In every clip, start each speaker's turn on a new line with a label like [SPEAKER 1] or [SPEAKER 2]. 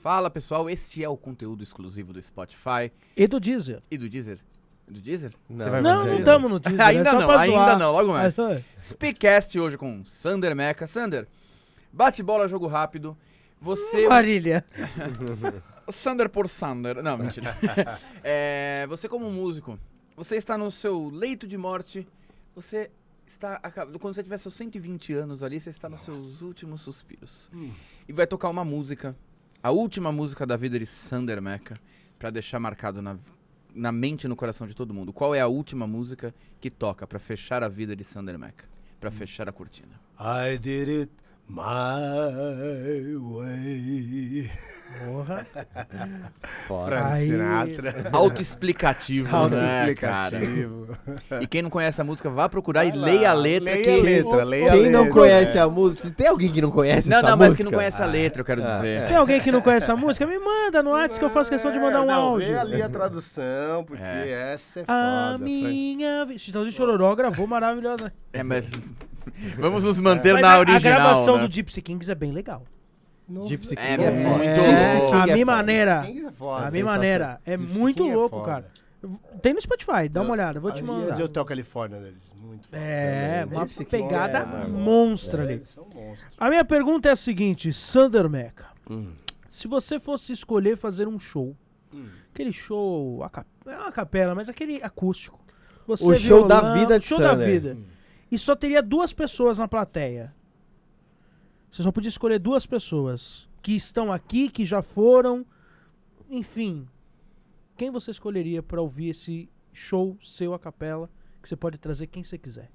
[SPEAKER 1] Fala pessoal, este é o conteúdo exclusivo do Spotify
[SPEAKER 2] E do Deezer.
[SPEAKER 1] e do Deezer. Do Deezer?
[SPEAKER 3] Não,
[SPEAKER 1] Você vai
[SPEAKER 2] Não,
[SPEAKER 1] fazer
[SPEAKER 2] não
[SPEAKER 1] isso?
[SPEAKER 2] estamos no Deezer.
[SPEAKER 1] Ainda
[SPEAKER 2] é só
[SPEAKER 1] não,
[SPEAKER 2] pra
[SPEAKER 1] ainda
[SPEAKER 2] zoar.
[SPEAKER 1] não, logo mais.
[SPEAKER 2] É só-
[SPEAKER 1] Speakcast hoje com Sander Meca. Sander, bate bola, jogo rápido. Você.
[SPEAKER 2] Marília.
[SPEAKER 1] Sander por Sander. Não, mentira. É, você, como músico, você está no seu leito de morte. Você está. aca- Quando você tiver seus 120 anos ali, você está nos seus últimos suspiros.
[SPEAKER 3] Hum.
[SPEAKER 1] E vai tocar uma música. A última música da vida de Sander Meca. Pra deixar marcado na, na mente e no coração de todo mundo. Qual é a última música que toca pra fechar a vida de Sander Meca? Pra
[SPEAKER 3] Hum.
[SPEAKER 1] fechar a cortina.
[SPEAKER 3] I did it my way.
[SPEAKER 2] Porra.
[SPEAKER 3] Fora.
[SPEAKER 2] Frank Aí-
[SPEAKER 3] Sinatra.
[SPEAKER 1] Autoexplicativo, Autoexplicativo.
[SPEAKER 3] Autoexplicativo.
[SPEAKER 1] E quem não conhece a música, vá procurar e
[SPEAKER 3] Vai lá,
[SPEAKER 1] leia a letra
[SPEAKER 3] leia
[SPEAKER 1] que.
[SPEAKER 3] a letra, leia a
[SPEAKER 4] Quem não
[SPEAKER 3] letra.
[SPEAKER 4] conhece a música, se tem alguém que não conhece
[SPEAKER 1] Não,
[SPEAKER 4] essa
[SPEAKER 1] não,
[SPEAKER 4] música...
[SPEAKER 1] mas que não conhece a letra, eu
[SPEAKER 3] Ah,
[SPEAKER 1] quero
[SPEAKER 3] é.
[SPEAKER 2] Se
[SPEAKER 1] dizer.
[SPEAKER 2] tem alguém que não conhece a música, me manda no WhatsApp que eu faço questão de mandar um
[SPEAKER 3] não,
[SPEAKER 2] áudio. Ah,
[SPEAKER 3] Vê ali a tradução, porque
[SPEAKER 1] É.
[SPEAKER 3] essa é
[SPEAKER 2] A
[SPEAKER 3] foda. Frank.
[SPEAKER 2] minha. vi- Chitão de Chororó gravou maravilhosa.
[SPEAKER 1] É, mas. Vamos nos manter
[SPEAKER 2] Mas
[SPEAKER 1] na
[SPEAKER 2] a, a
[SPEAKER 1] original.
[SPEAKER 2] gravação
[SPEAKER 1] né?
[SPEAKER 2] do Gypsy Kings é bem legal.
[SPEAKER 4] Gypsy
[SPEAKER 1] É,
[SPEAKER 4] King é,
[SPEAKER 1] muito
[SPEAKER 4] foda.
[SPEAKER 1] bom.
[SPEAKER 4] Gypsy King
[SPEAKER 2] a
[SPEAKER 4] é
[SPEAKER 2] minha
[SPEAKER 4] foda.
[SPEAKER 2] maneira.
[SPEAKER 3] Quem é
[SPEAKER 2] a
[SPEAKER 3] foda?
[SPEAKER 2] minha
[SPEAKER 4] sensacional.
[SPEAKER 2] maneira. É
[SPEAKER 3] Gypsy
[SPEAKER 2] muito
[SPEAKER 3] King é
[SPEAKER 2] louco,
[SPEAKER 3] foda.
[SPEAKER 2] cara. Tem no Spotify, dá uma olhada, vou te
[SPEAKER 3] Ali
[SPEAKER 2] mandar.
[SPEAKER 3] É de Hotel Califórnia deles. Muito foda.
[SPEAKER 2] É,
[SPEAKER 3] também.
[SPEAKER 2] uma
[SPEAKER 3] Gypsy King
[SPEAKER 2] pegada
[SPEAKER 3] é, mano.
[SPEAKER 2] monstra
[SPEAKER 3] É,
[SPEAKER 2] ali.
[SPEAKER 3] Eles são monstros.
[SPEAKER 2] A minha pergunta é a seguinte, Sander Meca.
[SPEAKER 4] Hum.
[SPEAKER 2] Se você fosse escolher fazer um show, aquele show, a cap... não é uma capela, mas aquele acústico. Você é
[SPEAKER 4] O show da vida de
[SPEAKER 2] show da
[SPEAKER 4] Sander.
[SPEAKER 2] vida. E só teria duas pessoas na plateia. Você só podia escolher duas pessoas que estão aqui, que já foram, enfim. Quem você escolheria pra ouvir esse show seu a capela, que você pode trazer quem você quiser?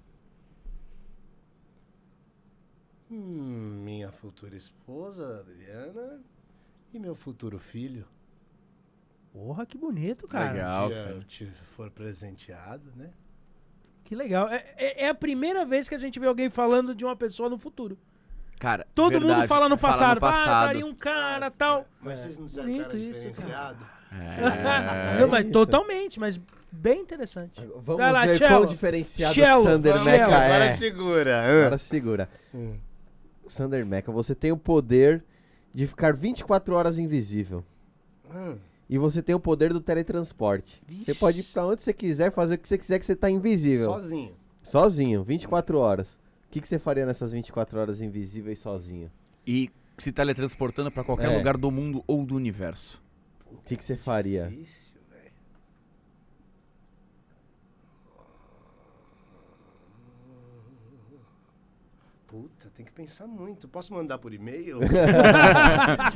[SPEAKER 3] Hum, minha futura esposa, Adriana, e meu futuro filho.
[SPEAKER 2] Porra, que bonito, cara.
[SPEAKER 1] Legal,
[SPEAKER 3] Se eu
[SPEAKER 1] cara.
[SPEAKER 3] te for presenteado, né?
[SPEAKER 2] Que legal. É, é- é a primeira vez que a gente vê alguém falando de uma pessoa no futuro.
[SPEAKER 1] Cara,
[SPEAKER 2] Todo mundo
[SPEAKER 1] verdade,
[SPEAKER 2] fala no passado. Ah,
[SPEAKER 1] passado.
[SPEAKER 2] daria um cara, tal.
[SPEAKER 3] Mas vocês não disseram que
[SPEAKER 2] É. Bonito
[SPEAKER 3] era
[SPEAKER 2] isso, cara.
[SPEAKER 3] diferenciado?
[SPEAKER 1] É.
[SPEAKER 2] Não, mas
[SPEAKER 4] isso.
[SPEAKER 2] totalmente, mas bem interessante.
[SPEAKER 4] Vamos
[SPEAKER 2] Vai lá,
[SPEAKER 4] ver
[SPEAKER 2] cello.
[SPEAKER 4] qual diferenciado
[SPEAKER 2] Cello,
[SPEAKER 4] Sander
[SPEAKER 2] vamos.
[SPEAKER 4] Meca
[SPEAKER 2] Cello,
[SPEAKER 4] é.
[SPEAKER 3] segura.
[SPEAKER 4] Agora segura.
[SPEAKER 3] Hum.
[SPEAKER 4] Sander Meca, você tem o poder de ficar 24 horas invisível.
[SPEAKER 3] Hum.
[SPEAKER 4] E você tem o poder do teletransporte. Você pode ir pra onde você quiser, fazer o que você quiser, que você tá invisível.
[SPEAKER 3] Sozinho.
[SPEAKER 4] Sozinho, 24 horas. O que, que você faria nessas 24 horas invisíveis sozinho?
[SPEAKER 1] E se teletransportando pra qualquer
[SPEAKER 4] É.
[SPEAKER 1] lugar do mundo ou do universo.
[SPEAKER 4] O que, que você faria?
[SPEAKER 3] Difícil, velho. Puta, tem que pensar muito. Posso mandar por e-mail?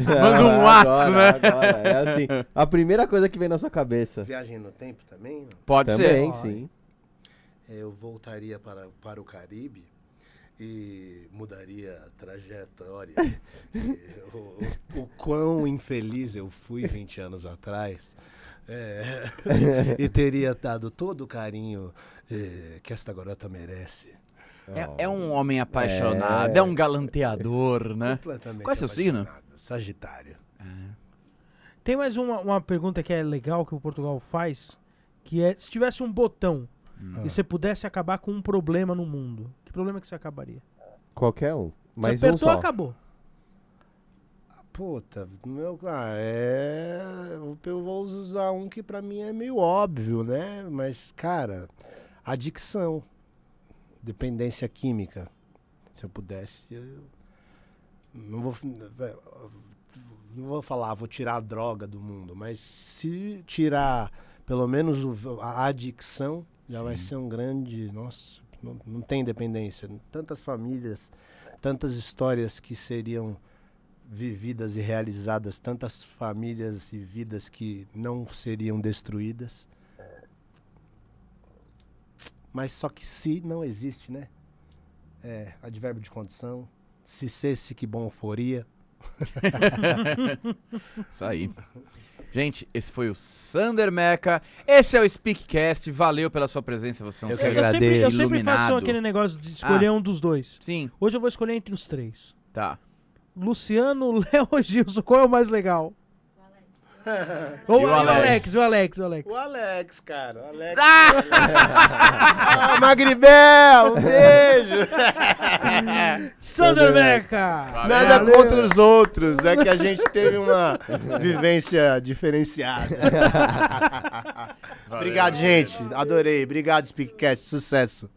[SPEAKER 1] Manda um Whats,
[SPEAKER 4] Agora,
[SPEAKER 1] né?
[SPEAKER 4] agora, É assim, a primeira coisa que vem na sua cabeça.
[SPEAKER 3] Viagem no tempo também? não?
[SPEAKER 1] Pode ser.
[SPEAKER 4] Também, sim.
[SPEAKER 3] É, Eu voltaria para, para o Caribe e mudaria a trajetória. Eh, o, o quão infeliz eu fui 20 anos atrás. eh, e teria dado todo o carinho eh, que esta garota merece.
[SPEAKER 1] É, é um homem apaixonado, é, um galanteador, né?
[SPEAKER 3] Completamente
[SPEAKER 1] Qual é seu signo?
[SPEAKER 3] apaixonado. Sagitário.
[SPEAKER 2] Tem mais uma, uma pergunta que é legal que o Portugal faz, que é se tivesse um botão e você pudesse acabar com um problema no mundo, que problema que você acabaria?
[SPEAKER 4] Qualquer um. Mas
[SPEAKER 2] você
[SPEAKER 4] um
[SPEAKER 2] apertou,
[SPEAKER 4] só.
[SPEAKER 2] acabou.
[SPEAKER 3] Puta, meu, ah, é. eu- Eu vou usar um que pra mim é meio óbvio, né? Mas, cara, adicção, dependência química. Se eu pudesse, eu. Não vou, não vou falar, vou tirar a droga do mundo, mas se tirar pelo menos o- a adicção, já vai ser um grande. Nossa, não, não tem dependência. Tantas famílias, tantas histórias que seriam vividas e realizadas, tantas famílias e vidas que não seriam destruídas. Mas só que se não existe, né? É, advérbio de condição. Se cesse, que bom foria.
[SPEAKER 1] Isso aí. Gente, esse foi o Sander Meca. Esse é o Speakcast. Valeu pela sua presença. Você é um
[SPEAKER 3] Eu que
[SPEAKER 1] ser
[SPEAKER 2] eu sempre, eu
[SPEAKER 3] agradeço.
[SPEAKER 2] sempre faço
[SPEAKER 1] Iluminado.
[SPEAKER 2] aquele negócio de escolher um dos dois.
[SPEAKER 1] Sim,
[SPEAKER 2] Hoje eu vou escolher entre os três.
[SPEAKER 1] tá.
[SPEAKER 2] Luciano, Léo ou Gilson, qual é o mais legal? O Alex.
[SPEAKER 1] E o
[SPEAKER 2] o
[SPEAKER 1] Alex?
[SPEAKER 2] Alex, o Alex, o Alex.
[SPEAKER 3] Alex, cara. Magribel, um beijo.
[SPEAKER 2] Sander Meca!
[SPEAKER 1] Valeu.
[SPEAKER 3] Nada
[SPEAKER 2] Valeu.
[SPEAKER 3] contra os outros, é que a gente teve uma vivência diferenciada.
[SPEAKER 1] Valeu.
[SPEAKER 3] Obrigado, gente. Adorei. Obrigado, Speakcast. Sucesso.